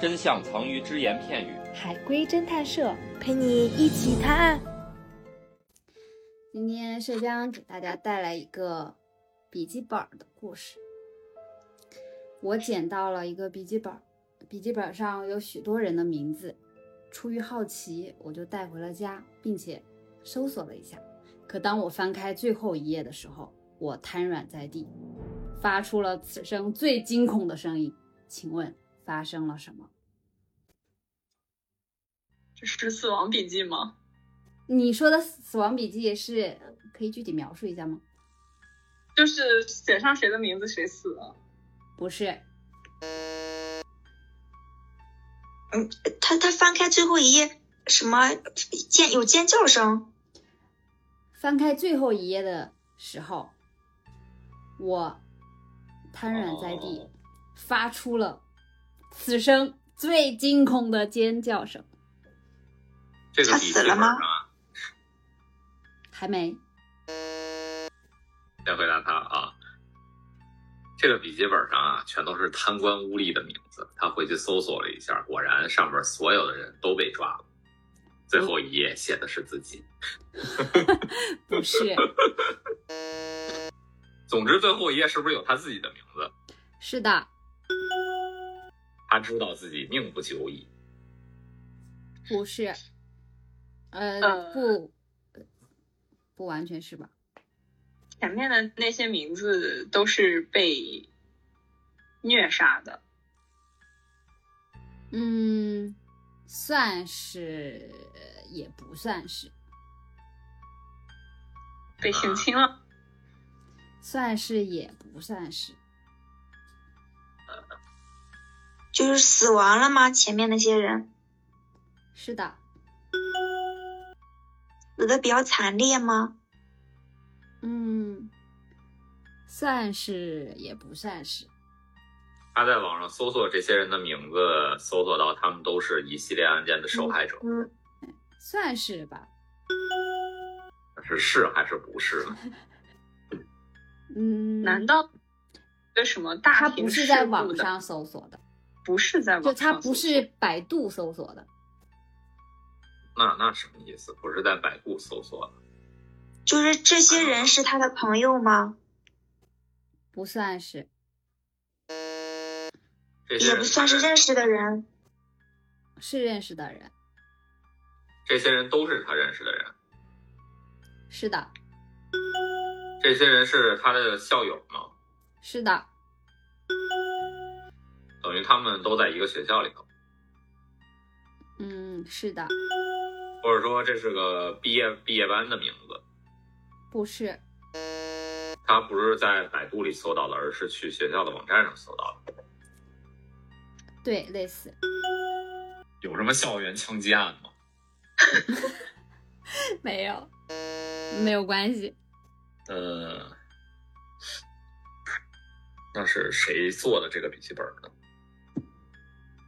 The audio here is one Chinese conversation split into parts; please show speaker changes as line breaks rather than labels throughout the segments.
真相藏于只言片语。
海龟侦探社陪你一起探案。
今天社长给大家带来一个笔记本的故事。我捡到了一个笔记本，笔记本上有许多人的名字。出于好奇，我就带回了家，并且搜索了一下。可当我翻开最后一页的时候，我瘫软在地，发出了此生最惊恐的声音。请问发生了什么？
这是死亡笔记吗？
你说的《死亡笔记》是可以具体描述一下吗？
就是写上谁的名字谁死了。
不是，
嗯，他他翻开最后一页，什么尖有尖叫声？
翻开最后一页的时候，我瘫软在地，
哦
发出了此生最惊恐的尖叫声。
这个
他
笔记
死
本
了吗
啊，
还没，
先回答他啊。这个笔记本上啊，全都是贪官污吏的名字。他回去搜索了一下，果然上面所有的人都被抓了。最后一页写的是自己。
不是，
总之，最后一页是不是有他自己的名字？
是的，
他知道自己命不久矣。
不是，呃，
呃
不，不完全是吧？
前面的那些名字都是被虐杀的，
嗯，算是，也不算是，
被性侵
啊
了。
算是也不算是。
就是死亡了吗？前面那些人
是的，
死的比较惨烈吗？
嗯，算是也不算是。
他在网上搜索这些人的名字，搜索到他们都是一系列案件的受害者，
嗯，
算是吧，
是是还是不是呢？
嗯，
难道为什么大
他
庭
不是
世
在
故
网
的
上，搜索的，
不是在网
就
上，
他不是百度搜索的，
那那什么意思？不是在百度搜索的，
就是这些人是他的朋友吗？
不算是，
这些
也
人
不算是认识的人。
是认识的人，
这些人都是他认识的人。
是的，
这些人是他的校友吗？
是的，
等于他们都在一个学校里头，
嗯，是的，
或者说这是个毕业毕业班的名字。
不是，
他不是在百度里搜到的，而是去学校的网站上搜到的。
对，类似，
有什么校园枪击案吗？
没有，没有关系，
呃，那是谁做的这个笔记本呢？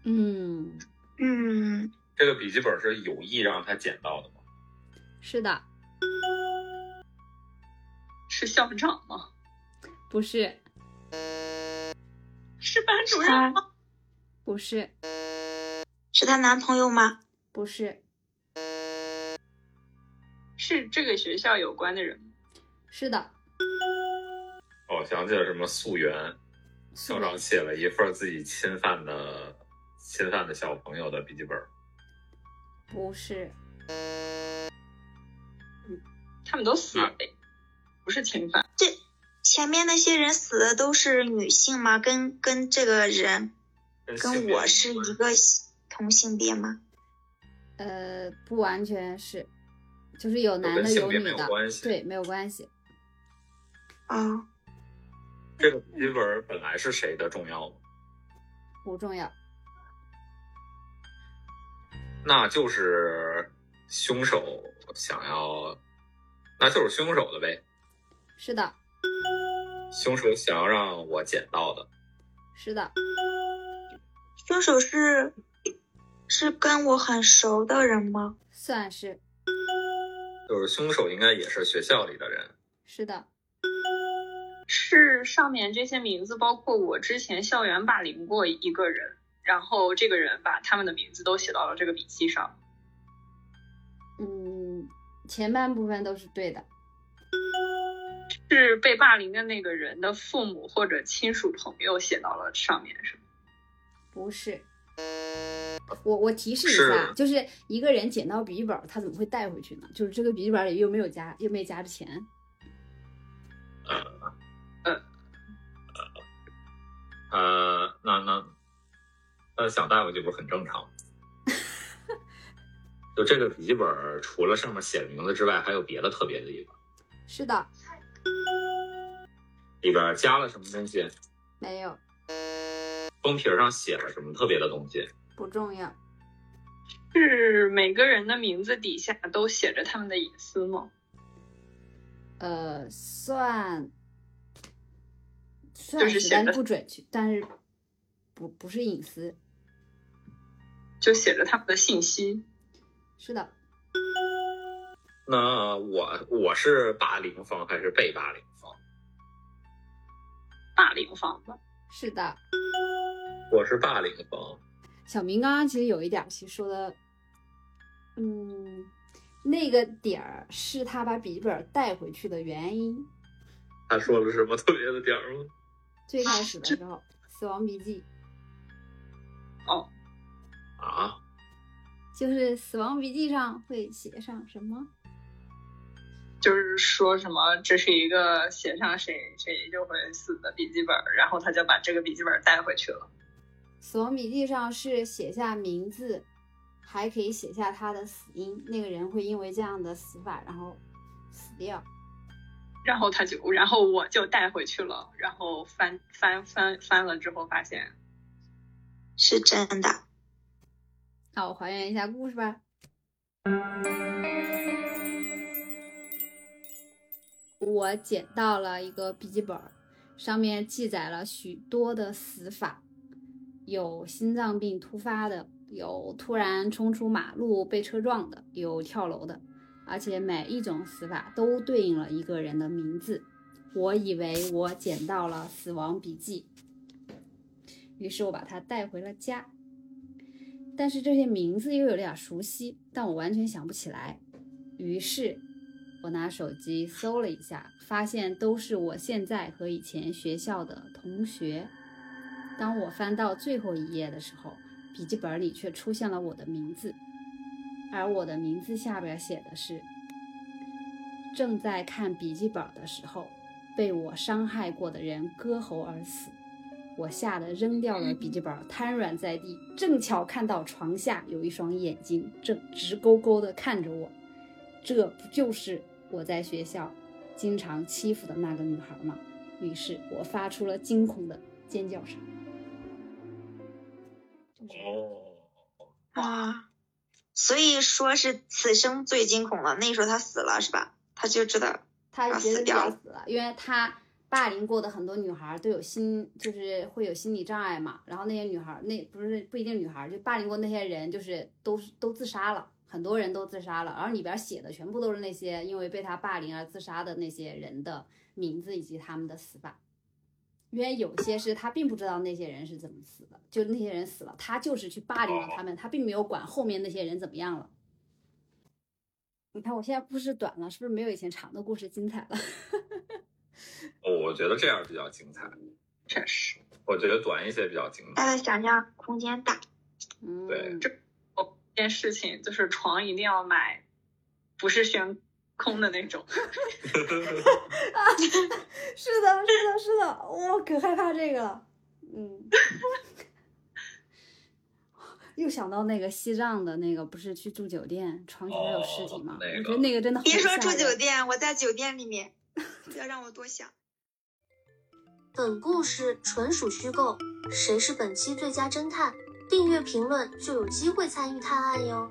嗯，
嗯，
这个笔记本是有意让他捡到的吗？
是的，
是校长吗？
不是，
是班主任
他
吗？
不是，
是她男朋友吗？
不是，
是这个学校有关的人吗？
是的，
哦，想起了什么溯源，校长写了一份自己侵犯的侵犯的小朋友的笔记本。
不是，
他们都死
啊
了呗，不是侵犯。
前面那些人死的都是女性吗？跟跟这个人
跟性
跟
别
我是一个同性别吗？
呃，不完全是，就是有男
跟
的
性
有
别
女
没有
的，
关系
对，没有关系，
哦，
这个笔记本本来是谁的重要吗？
不重要，
那就是凶手想要，那就是凶手的呗。
是的，
凶手想要让我捡到的，
是的，
凶手是是跟我很熟的人吗？
算是，
就是凶手应该也是学校里的人。
是的，
是上面这些名字，包括我之前校园霸凌过一个人，然后这个人把他们的名字都写到了这个笔记上。
嗯，前半部分都是对的，
是被霸凌的那个人的父母或者亲属朋友写到了上面，是吗？
不是。我我提示一下，啊
是
就是一个人捡到笔记本，他怎么会带回去呢？就是这个笔记本里又没有夹，又没夹着钱。
呃，那那，呃，想带回去不是很正常吗？就这个笔记本儿，除了上面写名字之外，还有别的特别的地方。
是的，
里边儿加了什么东西？
没有，
封皮儿上写了什么特别的东西？
不重要。
是每个人的名字底下都写着他们的隐私吗？
呃，算算
就是
但
显得
不准确，但是不不是隐私。
就写着他们的信息。
是的，
那我我是霸凌方还是被霸凌方？
霸凌方吧，
是的。
我是霸凌方。
小明刚刚其实有一点儿，其实说的，嗯，那个点儿是他把笔记本带回去的原因。
他说了什么特别的点儿吗？
最开始的时候，死亡笔记》
啊，
就是《死亡笔记》上会写上什么？
就是说什么这是一个写上谁谁就会死的笔记本，然后他就把这个笔记本带回去了。
死亡笔记上是写下名字，还可以写下他的死因，那个人会因为这样的死法然后死掉。
然后他就，然后我就带回去了，然后翻翻翻翻了之后发现，
是真的。
那我还原一下故事吧。我捡到了一个笔记本儿，上面记载了许多的死法，有心脏病突发的，有突然冲出马路被车撞的，有跳楼的，而且每一种死法都对应了一个人的名字。我以为我捡到了死亡笔记，于是我把它带回了家。但是这些名字又有点熟悉，但我完全想不起来。于是，我拿手机搜了一下，发现都是我现在和以前学校的同学。当我翻到最后一页的时候，笔记本里却出现了我的名字，而我的名字下边写的是：正在看笔记本的时候，被我伤害过的人割喉而死。我吓得扔掉了笔记本，瘫软在地。正巧看到床下有一双眼睛正直勾勾地看着我，这不就是我在学校经常欺负的那个女孩吗？于是我发出了惊恐的尖叫声。
哦，
哇，所以说是此生最惊恐了。那时候他死了是吧？他就知道
他
要
觉得
死
自己
掉
要
了
死了，因为他霸凌过的很多女孩都有心，就是会有心理障碍嘛。然后那些女孩，那不是不一定女孩，就霸凌过那些人，就是都是都自杀了，很多人都自杀了。然后里边写的全部都是那些因为被他霸凌而自杀的那些人的名字以及他们的死法。因为有些是他并不知道那些人是怎么死的，就那些人死了，他就是去霸凌了他们，他并没有管后面那些人怎么样了。你看我现在故事短了，是不是没有以前长的故事精彩了？
我觉得这样比较精彩。
确实，
我觉得短一些比较精彩。
大家想象空间大。
嗯，
对
哦，这件事情就是床一定要买，不是悬空的那种。
是的，是的，是的，我可害怕这个了。
嗯， 又想到那个西藏的那个，不是去住酒店，床底下有尸体吗？
哦那个
我觉得那个真的很
别说住
吓人
酒店，我在酒店里面，不要让我多想。
本故事纯属虚构，谁是本期最佳侦探？订阅评论就有机会参与探案哟。